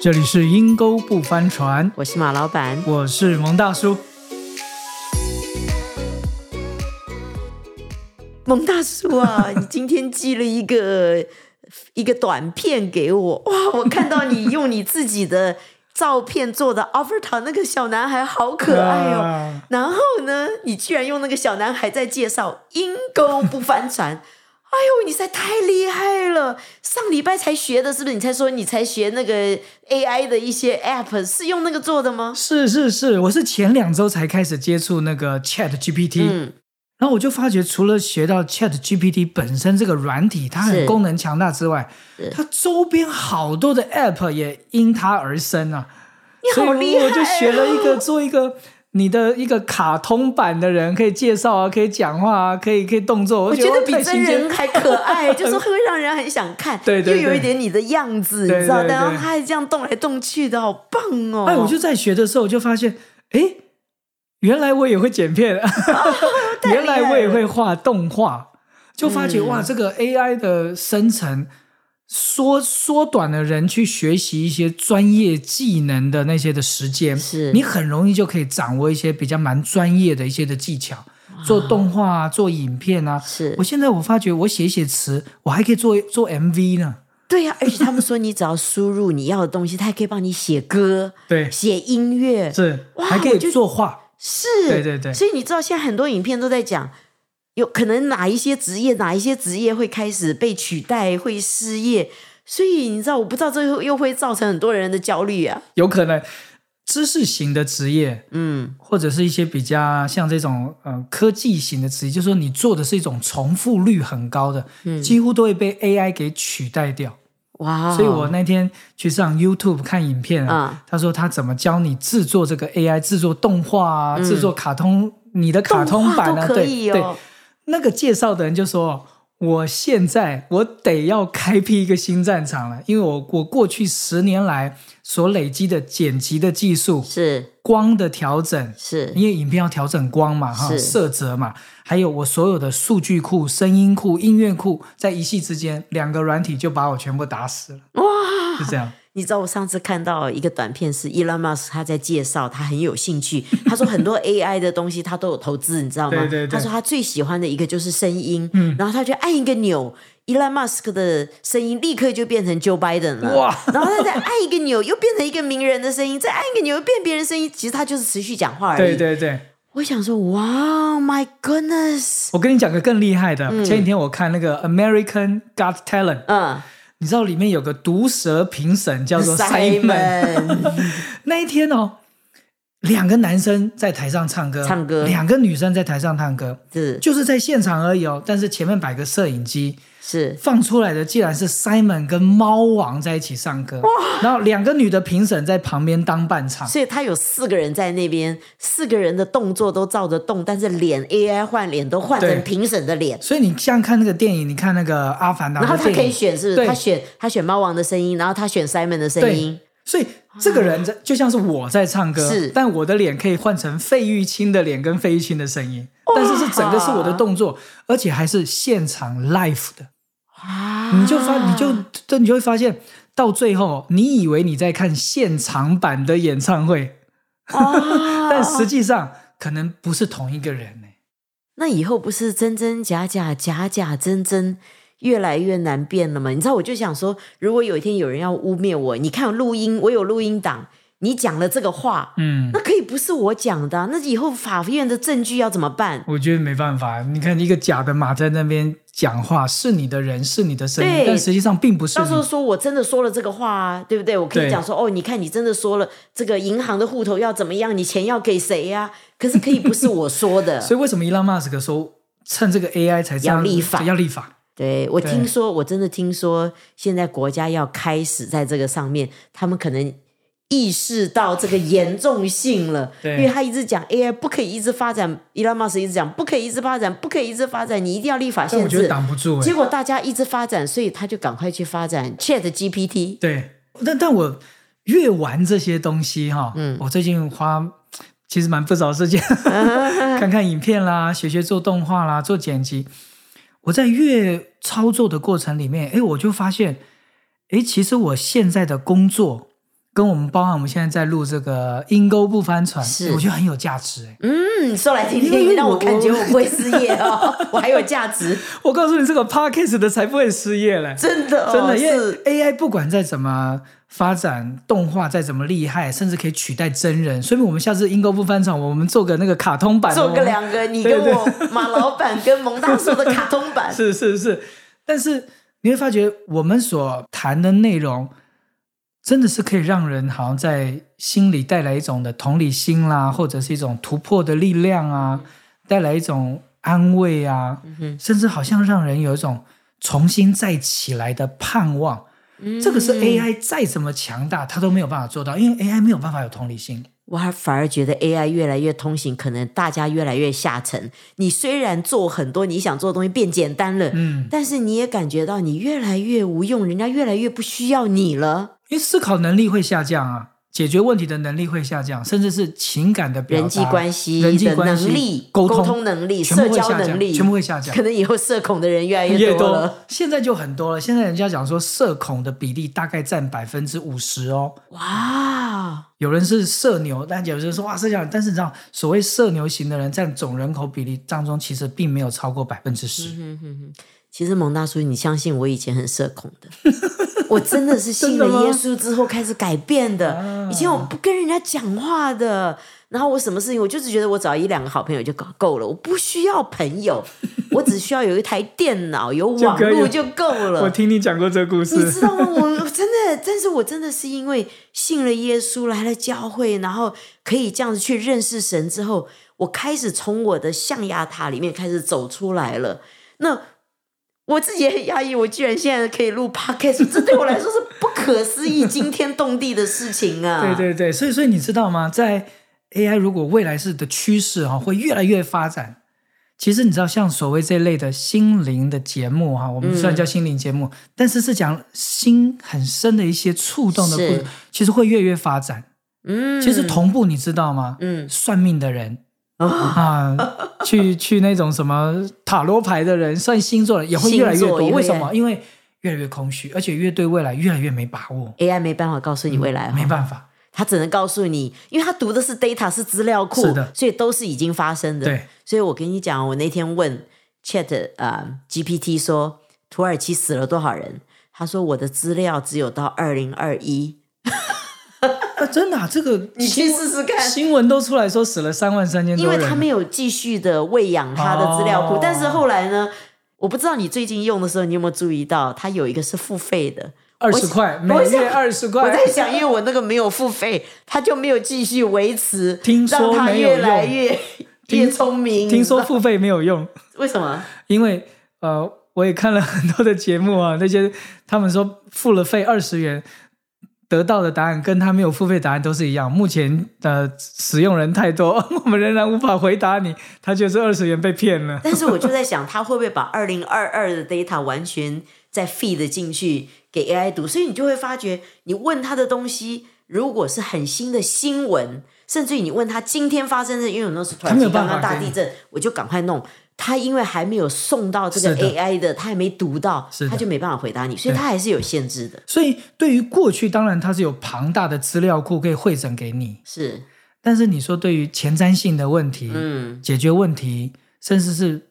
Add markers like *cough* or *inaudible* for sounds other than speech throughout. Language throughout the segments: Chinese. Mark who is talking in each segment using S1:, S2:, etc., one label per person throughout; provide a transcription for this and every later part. S1: 这里是阴沟不翻船，
S2: 我是马老板。
S1: 我是蒙大叔。
S2: 蒙大叔啊，你今天寄了一个 *laughs* 一个短片给我，哇！我看到你用你自己的照片做的 o f f e r t a 那个小男孩好可爱哦。
S1: 啊
S2: 然后呢，你居然用那个小男孩在介绍阴沟不翻船。哎呦，你实在太厉害了！上礼拜才学的，是不是？你才说你才学那个 AI 的一些 App 是用那个做的吗？
S1: 是是是，我是前两周才开始接触那个 Chat GPT，、
S2: 嗯，
S1: 然后我就发觉，除了学到 Chat GPT 本身这个软体它很
S2: 是
S1: 功能强大之外，它周边好多的 App 也因它而生啊。
S2: 你好厉
S1: 所以
S2: 害、哦！
S1: 我就学了一个做一个你的一个卡通版的人，可以介绍啊，可以讲话啊，可以可以动作，
S2: 我
S1: 我
S2: 觉得
S1: 哇
S2: 比
S1: 太
S2: 真
S1: 新鲜
S2: 人还可
S1: *laughs*
S2: 爱，就是会让人很想看，
S1: 对对对
S2: 又有一点你的样子，你知道？
S1: 对对对
S2: 然后他还这样动来动去的，好棒哦！
S1: 哎，我就在学的时候，我就发现，哎，原来我也会剪片，啊
S2: 哦害
S1: 原来我也会画动画，就发觉、
S2: 嗯
S1: 哇，这个 AI 的生成缩缩短了人去学习一些专业技能的那些的时间，
S2: 是
S1: 你很容易就可以掌握一些比较蛮专业的一些的技巧，做动画啊，做影片啊。
S2: 是
S1: 我现在我发觉，我写写词，我还可以做做 MV 呢。
S2: 对呀、而且他们说你只要输入你要的东西，他还可以帮你写歌、
S1: 对，
S2: 写音乐，
S1: 是
S2: 哇
S1: 还可
S2: 我
S1: 以
S2: 就
S1: 作画。
S2: 是，
S1: 对对对
S2: 所以你知道现在很多影片都在讲。有可能哪一些职业，哪一些职业会开始被取代，会失业，所以你知道，我不知道这又又会造成很多人的焦虑啊。
S1: 有可能知识型的职业，
S2: 嗯，
S1: 或者是一些比较像这种呃科技型的职业，就是说你做的是一种重复率很高的，几乎都会被 AI 给取代掉。
S2: 哇哦！
S1: 所以我那天去上 YouTube 看影片啊
S2: 啊，
S1: 他说他怎么教你制作这个 AI 制作动画啊，制作卡通，你的卡通版
S2: 嗯动画
S1: 啊，
S2: 都可以
S1: 对对
S2: 哦。
S1: 那个介绍的人就说：“我现在我得要开辟一个新战场了，因为我我过去十年来所累积的剪辑的技术、
S2: 是
S1: 光的调整，
S2: 是，
S1: 因为影片要调整光嘛，哈，
S2: 是
S1: 色泽嘛，还有我所有的数据库、声音库、音乐库，在一夕之间，两个软体就把我全部打死了。哇，是这样，
S2: 你知道我上次看到一个短片是 Elon Musk 他在介绍，他很有兴趣。他说很多 AI 的东西他都有投资，你知道吗？
S1: 对对对嗯
S2: 他说他最喜欢的一个就是声音，然后他就按一个钮，Elon Musk 的声音立刻就变成 Joe Biden 了。
S1: 哇！
S2: 然后他再按一个钮，又变成一个名人的声音，再按一个钮又变别人声音。其实他就是持续讲话而
S1: 对
S2: 已。
S1: 对对。”
S2: 我想说，哇，My goodness，
S1: 我跟你讲个更厉害的，前几天我看那个《American Got Talent》，
S2: 嗯，
S1: 你知道里面有个毒舌评审叫做 Simon。
S2: Simon，
S1: 那一天哦，两个男生在台上唱歌，
S2: 唱歌
S1: 两个女生在台上唱歌，
S2: 是
S1: 就是在现场而已哦。但是前面摆个摄影机，
S2: 是
S1: 放出来的既然是 Simon 跟猫王在一起唱歌，然后两个女的评审在旁边当伴唱。
S2: 所以他有四个人在那边，四个人的动作都照着动，但是脸 AI 换脸都换
S1: 对
S2: 成评审的脸。
S1: 所以你像看那个电影，你看那个《阿凡达》
S2: 然后他
S1: 的
S2: 可
S1: 电
S2: 以
S1: 影，
S2: 选，是不
S1: 对
S2: 是？他选他选猫王的声音，然后他选 Simon 的声音，啊
S1: 所以这个人在就像是我在唱歌，
S2: 是
S1: 但我的脸可以换成费玉清的脸跟费玉清的声音，但是是整个是我的动作，而且还是现场 live 的，
S2: 啊
S1: 你就发你就这你就会发现，到最后你以为你在看现场版的演唱会，*laughs*
S2: 啊
S1: 但实际上可能不是同一个人呢、
S2: 那以后不是真真假假，假假真真，越来越难辨了吗？你知道，我就想说，如果有一天有人要污蔑我，你看有录音，我有录音档，你讲了这个话，
S1: 嗯，
S2: 那可以不是我讲的啊、那以后法院的证据要怎么办？
S1: 我觉得没办法，你看一个假的马在那边讲话，是你的人，是你的声音，
S2: 对
S1: 但实际上并不是
S2: 到时候
S1: 你。
S2: 说我真的说了这个话、啊，对不对？我可
S1: 对
S2: 以讲说哦，你看你真的说了这个银行的户头要怎么样，你钱要给谁呀、 *laughs* 可是可以不是我说
S1: *laughs*
S2: 的。
S1: 所以为什么伊拉马斯克说趁这个 AI 才这样
S2: 要立法
S1: 要立法？
S2: 对我
S1: 对
S2: 听说，我真的听说，现在国家要开始在这个上面，他们可能意识到这个严重性了。
S1: *laughs* 对
S2: 因为他一直讲 AI 不可以一直发展，伊拉马斯一直讲不可以一直发展，不可以一直发展，你一定要立法
S1: 但我
S2: 限
S1: 觉得
S2: 制。
S1: 挡不住、
S2: 结
S1: 欸。
S2: 果大家一直发展，所以他就赶快去发展 Chat GPT。
S1: 对，但但我越玩这些东西哈，嗯，我最近花其实蛮不少时
S2: *laughs*
S1: 间看看影片啦，学学做动画啦，做剪辑。我在越操作的过程里面，哎，我就发现，哎，其实我现在的工作跟我们包含我们现在在录这个阴沟不翻船，
S2: 是
S1: 我觉得很有价值、欸。
S2: 嗯，说来听
S1: 因为
S2: 听，
S1: 我
S2: 让我感觉我不会失业
S1: *laughs*
S2: 哦，我还有价值，
S1: 我告诉你，这个 podcast 的才不会失业嘞。
S2: 真的、哦，
S1: 真的，因为
S2: 是
S1: AI 不管再怎么发展，动画再怎么厉害，甚至可以取代真人。所以我们下次阴沟不翻船，我们做个那个卡通版的，
S2: 做
S1: 我
S2: 个
S1: 们
S2: 两个，你
S1: 对
S2: 跟
S1: 对
S2: 我马老板跟蒙大叔的卡通版，
S1: *laughs* 是是是，但是你会发觉我们所谈的内容，真的是可以让人好像在心里带来一种的同理心啦，或者是一种突破的力量啊，带来一种安慰啊，
S2: 嗯哼
S1: 甚至好像让人有一种重新再起来的盼望。这个是
S2: 嗯
S1: AI 再怎么强大，它都没有办法做到，因为 AI 没有办法有同理心。
S2: 我还反而觉得 AI 越来越通行，可能大家越来越下沉。你虽然做很多你想做的东西变简单了，
S1: 嗯，
S2: 但是你也感觉到你越来越无用，人家越来越不需要你了，
S1: 因为思考能力会下降啊，解决问题的能力会下降，甚至是情感的表达
S2: 人际关系
S1: 人际
S2: 的
S1: 关系
S2: 能力、
S1: 沟通
S2: 通能力、
S1: 全部
S2: 社
S1: 会下
S2: 交
S1: 降
S2: 能力
S1: 全部会下降
S2: 可能以后社恐的人越来越多了。
S1: 现在就很多了。现在人家讲说，社恐的比例大概占百分之五十哦。
S2: 哇，
S1: 有人是社牛，但有人说哇社交，但是你知道，所谓社牛型的人占总人口比例当中，其实并没有超过百分之
S2: 嗯
S1: 十。
S2: 其实蒙大叔，你相信我以前很社恐的，我真的是信
S1: *laughs*
S2: 了
S1: 真的吗
S2: 耶稣之后开始改变的。
S1: 啊
S2: 以前我不跟人家讲话的，然后我什么事情，我就是觉得我找一两个好朋友就够够了，我不需要朋友，我只需要有一台电脑、有网
S1: *laughs* 就可
S2: 络
S1: 以
S2: 就够了。
S1: 听你讲过这个故
S2: 你知道吗？我我真的，但是我真的是因为信了耶稣，来了教会，然后可以这样子去认识神之后，我开始从我的象牙塔里面开始走出来了。那我自己也很压抑，我居然现在可以录 podcast，这对我来说是不可思议、惊天动地的事情啊！
S1: 对对对，所以所以你知道吗？在 AI 如果未来是的趋势哈、会越来越发展。其实你知道，像所谓这类的心灵的节目哈、我们
S2: 嗯
S1: 虽然叫心灵节目，但是是讲心很深的一些触动的故事
S2: 是，
S1: 其实会越来越发展。
S2: 嗯，
S1: 其实同步你知道吗？
S2: 嗯
S1: 算命的人
S2: 啊，
S1: 啊，去去那种什么塔罗牌的人，算星座的人也会越来越
S2: 星座
S1: 多。
S2: 也会
S1: 为什么？因为越来越空虚，而且越对未来越来越没把握，
S2: AI 没办法告诉你未来、哦，
S1: 嗯没办法。
S2: 他只能告诉你，因为他读的是 data 是资料库
S1: 是的，
S2: 所以都是已经发生的。
S1: 对，
S2: 所以我跟你讲，我那天问 Chat 呃 GPT 说，土耳其死了多少人？他说我的资料只有到二零二一，
S1: 啊，真的、啊，这个
S2: 你去
S1: 新
S2: 试试看
S1: *laughs* 新闻都出来说死了三万三千
S2: 因
S1: 多
S2: 为
S1: 人，啊
S2: 他没有继续的喂养他的资料库。
S1: 哦
S2: 但是后来呢，我不知道你最近用的时候，你有没有注意到，它有一个是付费的。
S1: 二十块，每
S2: 我
S1: 月
S2: 想
S1: 二十
S2: 我
S1: 块，
S2: 在想，因为我那个没有付费，它就没有继续维持，
S1: 听说
S2: 让它
S1: 没有
S2: 越来
S1: 用
S2: 越
S1: 听
S2: 越聪明。
S1: 听
S2: 你
S1: 说
S2: 知
S1: 付费没有用，
S2: 道为什么？
S1: 因为呃，我也看了很多的节目啊，那些他们说付了费二十元。得到的答案跟他没有付费答案都是一样。目前呃，使用人太多， *laughs* 我们仍然无法回答你。他觉得这二十元被骗 *laughs* 了。
S2: 但是我就在想，他会不会把二零二二的 data 完全再 feed 进去给 AI 读？所以你就会发觉，你问他的东西，如果是很新的新闻，甚至于你问他今天发生的，因为有那时候突
S1: 他
S2: 然
S1: 没有
S2: 间刚
S1: 办
S2: 刚
S1: 法
S2: 大
S1: 给
S2: 地
S1: 你
S2: 震，我就赶快弄。他因为还没有送到这个
S1: 是的
S2: AI 的，他还没读到
S1: 是，的
S2: 他就没办法回答你，所以
S1: 对
S2: 他还是有限制的。
S1: 所以对于过去，当然它是有庞大的资料库可以汇整给你，
S2: 是，
S1: 但是你说对于前瞻性的问题，
S2: 嗯，
S1: 解决问题，甚至是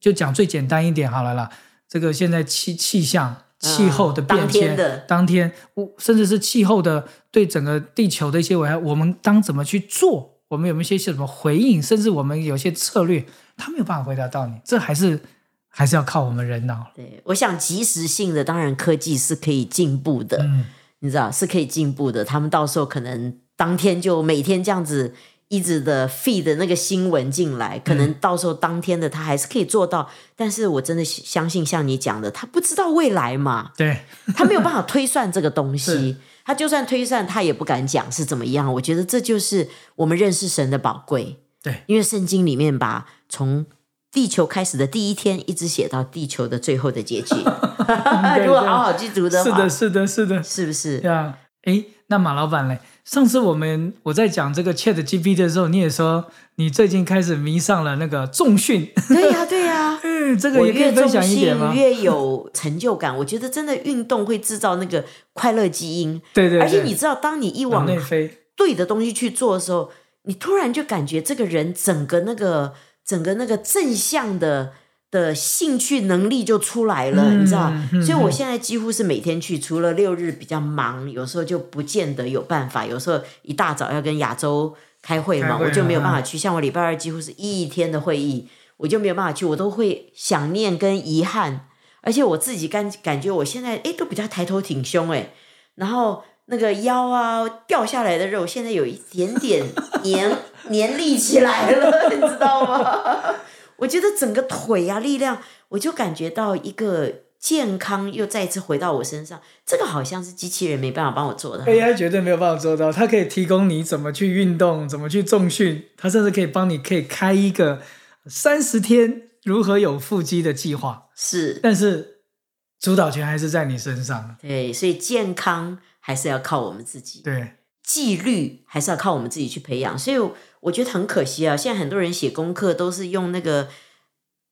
S1: 就讲最简单一点好了啦。这个现在气气象、气候的变
S2: 嗯当天
S1: 迁，
S2: 的
S1: 当天我甚至是气候的对整个地球的一些危害，我们当怎么去做？我们有没有一些什么回应？甚至我们有些策略，他没有办法回答到你，这还是还是要靠我们人脑。
S2: 对，我想及时性的，当然科技是可以进步的，
S1: 嗯，
S2: 你知道是可以进步的。他们到时候可能当天就每天这样子一直的 feed 那个新闻进来，可能到时候当天的他还是可以做到。但是我真的相信，像你讲的，他不知道未来嘛，
S1: 对， *laughs*
S2: 他没有办法推算这个东
S1: 是
S2: 西。他就算推算，他也不敢讲是怎么样。我觉得这就是我们认识神的宝贵。
S1: 对，
S2: 因为圣经里面把从地球开始的第一天，一直写到地球的最后的结局。
S1: *laughs* 对
S2: 如果好好去读的话，
S1: 是的，是的，是的， *laughs*
S2: 是不是？
S1: 对啊。诶，那马老板嘞？上次我们我在讲这个 Chat GPT 的时候，你也说你最近开始迷上了那个重训，
S2: 对呀、对呀、
S1: 嗯，这个
S2: 我
S1: 也可
S2: 越
S1: 以分
S2: 重
S1: 享一点
S2: 训
S1: 吗？
S2: 越有成就感。我觉得真的运动会制造那个快乐基因，
S1: 对对对，
S2: 而且你知道，当你一
S1: 往
S2: 往
S1: 内飞，
S2: 对的东西去做的时候，你突然就感觉这个人整个那个整个那个正向的的兴趣能力就出来了，
S1: 嗯
S2: 你知道
S1: 嗯？嗯
S2: 所以我现在几乎是每天去，除了六日比较忙，有时候就不见得有办法，有时候一大早要跟亚洲开会
S1: 开
S2: 嘛，
S1: 会
S2: 我就没有
S1: 嗯
S2: 办法去。像我礼拜二几乎是一天的会议，我就没有办法去，我都会想念跟遗憾。而且我自己感感觉我现在诶都比较抬头挺胸哎诶，然后那个腰啊掉下来的肉现在有一点点粘粘立起来了， *laughs* 你知道吗？ *laughs* 我觉得整个腿啊力量，我就感觉到一个健康又再一次回到我身上，这个好像是机器人没办法帮我做的。
S1: AI 绝对没有办法做到，它可以提供你怎么去运动，怎么去重训，它甚至可以帮你可以开一个三十天如何有腹肌的计划，
S2: 是，
S1: 但是主导权还是在你身上。啊
S2: 对，所以健康还是要靠我们自己。
S1: 对，
S2: 纪律还是要靠我们自己去培养。所以我觉得很可惜啊，现在很多人写功课都是用那个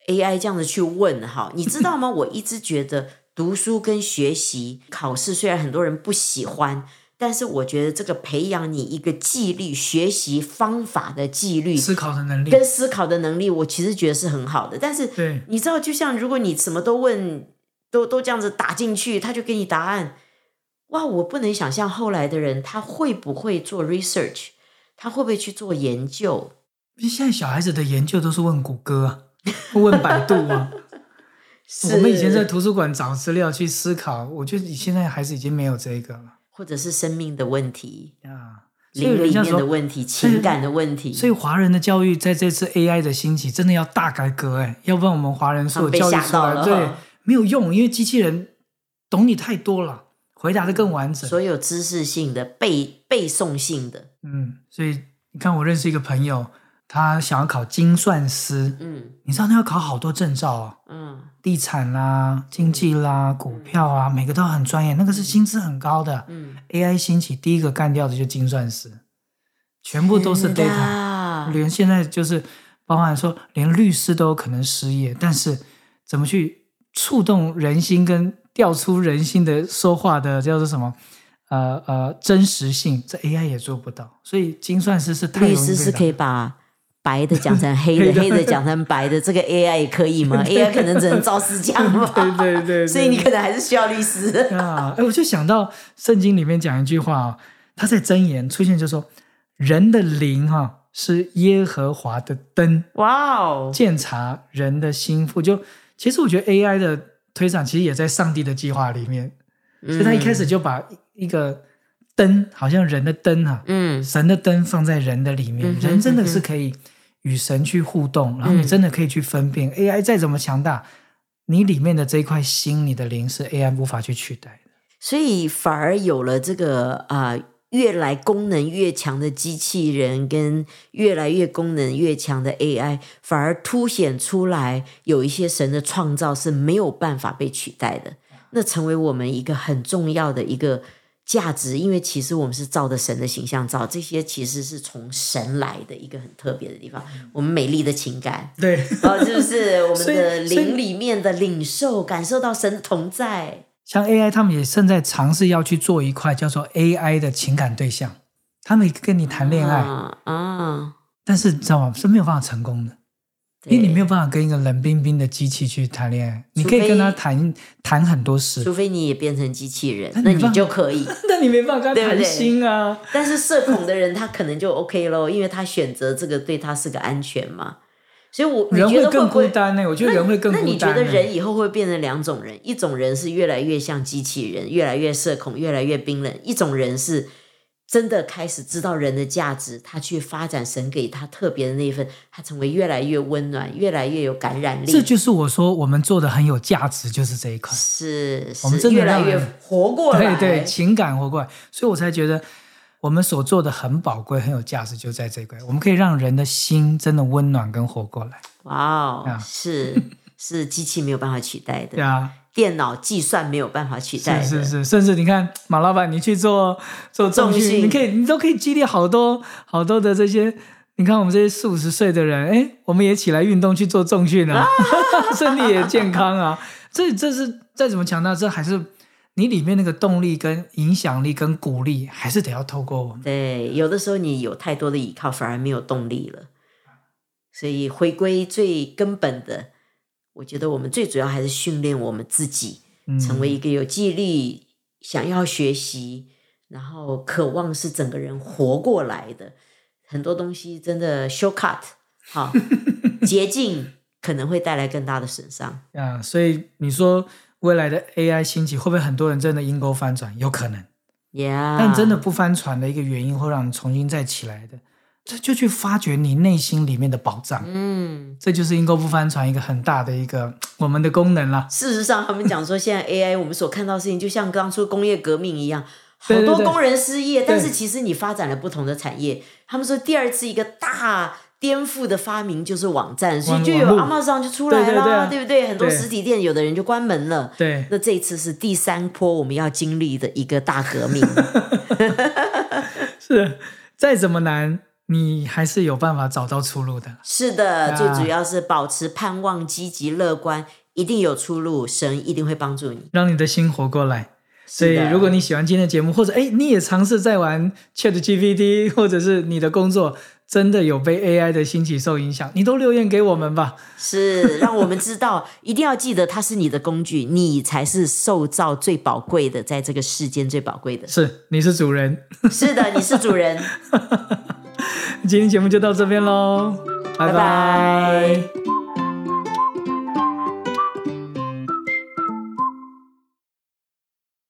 S2: AI 这样子去问哈，你知道吗？我一直觉得读书跟学习、考试虽然很多人不喜欢。但是我觉得这个培养你一个纪律、学习方法的纪律
S1: 思考的能力，
S2: 跟思考的能力，我其实觉得是很好的。但是
S1: 对
S2: 你知道，就像如果你什么都问，都都这样子打进去，他就给你答案。哇，我不能想象后来的人他会不会做 research，他会不会去做研究？
S1: 现在小孩子的研究都是问谷歌、啊，问百度 *laughs* 啊。我们以前在
S2: 是
S1: 图书馆找资料去思考，我觉得你现在孩子已经没有这个了
S2: 或者是生命的问题、
S1: 啊。所以
S2: 灵
S1: 人
S2: 里
S1: 家
S2: 面的
S1: 说，
S2: 问题、情感的问题，
S1: 所以华人的教育在这次 AI 的兴起真的要大改革哎、要不然我们华人所有
S2: 被
S1: 教育
S2: 吓
S1: 出
S2: 到
S1: 来
S2: 了
S1: 对
S2: 哈
S1: 没有用，因为机器人懂你太多了，回答的更完整。
S2: 所有知识性的、背背诵性的，
S1: 嗯，所以你看，我认识一个朋友，他想要考精算师，
S2: 嗯
S1: 你知道他要考好多证照哦。
S2: 嗯，
S1: 地产啦、经济啦、股票啊，每个都很专业，那个是薪资很高的。
S2: 嗯
S1: AI 兴起，第一个干掉的就是精算师，全部都是
S2: 真的
S1: data，
S2: 啊
S1: 连现在就是包含说，连律师都有可能失业。但是怎么去触动人心，跟调出人心的说话的叫做什么？呃呃，真实性，这 AI 也做不到。所以精算师是太容
S2: 律
S1: 易被
S2: 师是
S1: 打
S2: 可以把白的讲成黑
S1: 黑的 *laughs*
S2: 的，黑的讲成白的，这个 AI 也可以吗？AI 可能只能照实
S1: *laughs*
S2: 讲吧。
S1: 对对对对
S2: *laughs* 所以你可能还是需要律师。
S1: 啊，哎，我就想到圣经里面讲一句话啊、他在箴言出现就说，人的灵哈、是耶和华的灯，
S2: 哇 *laughs* 哦，
S1: 鉴察人的心腹。就其实我觉得 AI 的推展其实也在上帝的计划里面，
S2: 嗯
S1: 所以他一开始就把一个灯，好像人的灯啊，
S2: 嗯，
S1: 神的灯放在人的里面
S2: 嗯，哼嗯
S1: 人真的是可以与神去互动，然后你真的可以去分辨 AI 再怎么强大。你里面的这一块心，你的灵是 AI 无法去取代的。
S2: 所以反而有了这个啊、越来功能越强的机器人跟越来越功能越强的 AI，反而凸显出来有一些神的创造是没有办法被取代的。那成为我们一个很重要的一个价值，因为其实我们是照着神的形象造，这些其实是从神来的一个很特别的地方。
S1: 嗯
S2: 我们美丽的情感，
S1: 对，
S2: 哦，是不是我们
S1: 所以
S2: 的
S1: 所以
S2: 灵里面的领受，感受到神的同在？
S1: 像 AI 他们也正在尝试要去做一块叫做 AI 的情感对象，他们也跟你谈恋爱，
S2: 啊啊！
S1: 但是你知道吗？是没有办法成功的，
S2: 对
S1: 因为你没有办法跟一个冷冰冰的机器去谈恋爱，你
S2: 除
S1: 可
S2: 非
S1: 以跟他谈谈很多事，
S2: 除非你也变成机器人
S1: 那，你
S2: 那
S1: 放
S2: 你就可以。
S1: *laughs* 但你没办法跟
S2: 对
S1: 他
S2: 不对
S1: 谈心啊。
S2: 但是社恐的人，他可能就 OK 咯，因为他选择这个对他是个安全嘛。所以我，你
S1: 人
S2: 觉
S1: 会
S2: 得
S1: 更
S2: 不
S1: 孤
S2: 会？
S1: 单呢、我觉得
S2: 那
S1: 人会更孤单、
S2: 那
S1: 欸。
S2: 你觉得人以后会变成两种人？一种人是越来越像机器人，越来越社恐，越来越冰冷；一种人是真的开始知道人的价值，他去发展神给他特别的那一份，他成为越来越温暖，越来越有感染力。
S1: 这就是我说我们做的很有价值，就是这一块。
S2: 是
S1: 我们
S2: 是
S1: 真的
S2: 越来
S1: 让
S2: 越
S1: 人
S2: 活过
S1: 对
S2: 来，
S1: 对，情感活过来，所以我才觉得我们所做的很宝贵、很有价值，就在这一块。我们可以让人的心真的温暖跟活过来。
S2: 哇哦
S1: 啊，
S2: 是是机器没有办法取代
S1: 对
S2: 的。
S1: 啊，
S2: 电脑计算没有办法取代的。
S1: 是是是，甚至你看马老板，你去做做重
S2: 重
S1: 训，
S2: 训
S1: 你可以你都可以激励好多好多的这些。你看我们这些四五十岁的人，哎，我们也起来运动去做重训啊， *laughs* 身体也健康啊。这这是再怎么强大，这还是你里面那个动力、跟影响力、跟鼓励，还是得要透过我们。
S2: 对，有的时候你有太多的依靠，反而没有动力了。所以回归最根本的，我觉得我们最主要还是训练我们自己，
S1: 嗯
S2: 成为一个有纪律、想要学习，然后渴望是整个人活过来的。很多东西真的 shortcut
S1: *laughs*
S2: 哈捷径可能会带来更大的损伤。
S1: 啊，所以你说未来的 AI 兴起，会不会很多人真的阴沟翻转？有可能。
S2: Yeah，
S1: 但真的不翻船的一个原因，会让你重新再起来的。这就去发掘你内心里面的宝藏，
S2: 嗯。
S1: 这就是阴沟不翻船一个很大的一个我们的功能啦。
S2: 事实上，他们讲说现
S1: *laughs*
S2: 在 AI 我们所看到的事情，就像当初工业革命一样，好
S1: 对对
S2: 多
S1: 对
S2: 工人失业，
S1: 对
S2: 但是其实你发展了不同的产业。他们说第二次一个大颠覆的发明就是网站，所以就有
S1: 网络
S2: Amazon 就出来啦，
S1: 对对对啊
S2: 不对？很多
S1: 对
S2: 实体店有的人就关门了。
S1: 对，
S2: 那这一次是第三波我们要经历的一个大
S1: *laughs*
S2: 革命，
S1: 是再怎么难，你还是有办法找到出路的。
S2: 是的，
S1: 啊
S2: 最主要是保持盼望、积极、乐观，一定有出路，神一定会帮助你。
S1: 让你的心活过来。所以
S2: 是，的
S1: 如果你喜欢今天的节目，或者哎，你也尝试在玩 Chat GPT，或者是你的工作真的有被 AI 的兴起受影响，你都留言给我们吧。。
S2: 是，让我们知道，一定要记得它是你的工具，你才是受造最宝贵的，在这个世间最宝贵的
S1: 是，你是主人。
S2: 是的，你是主人。
S1: *laughs* 今天节目就到这边喽，拜
S2: 拜
S1: 拜
S2: 拜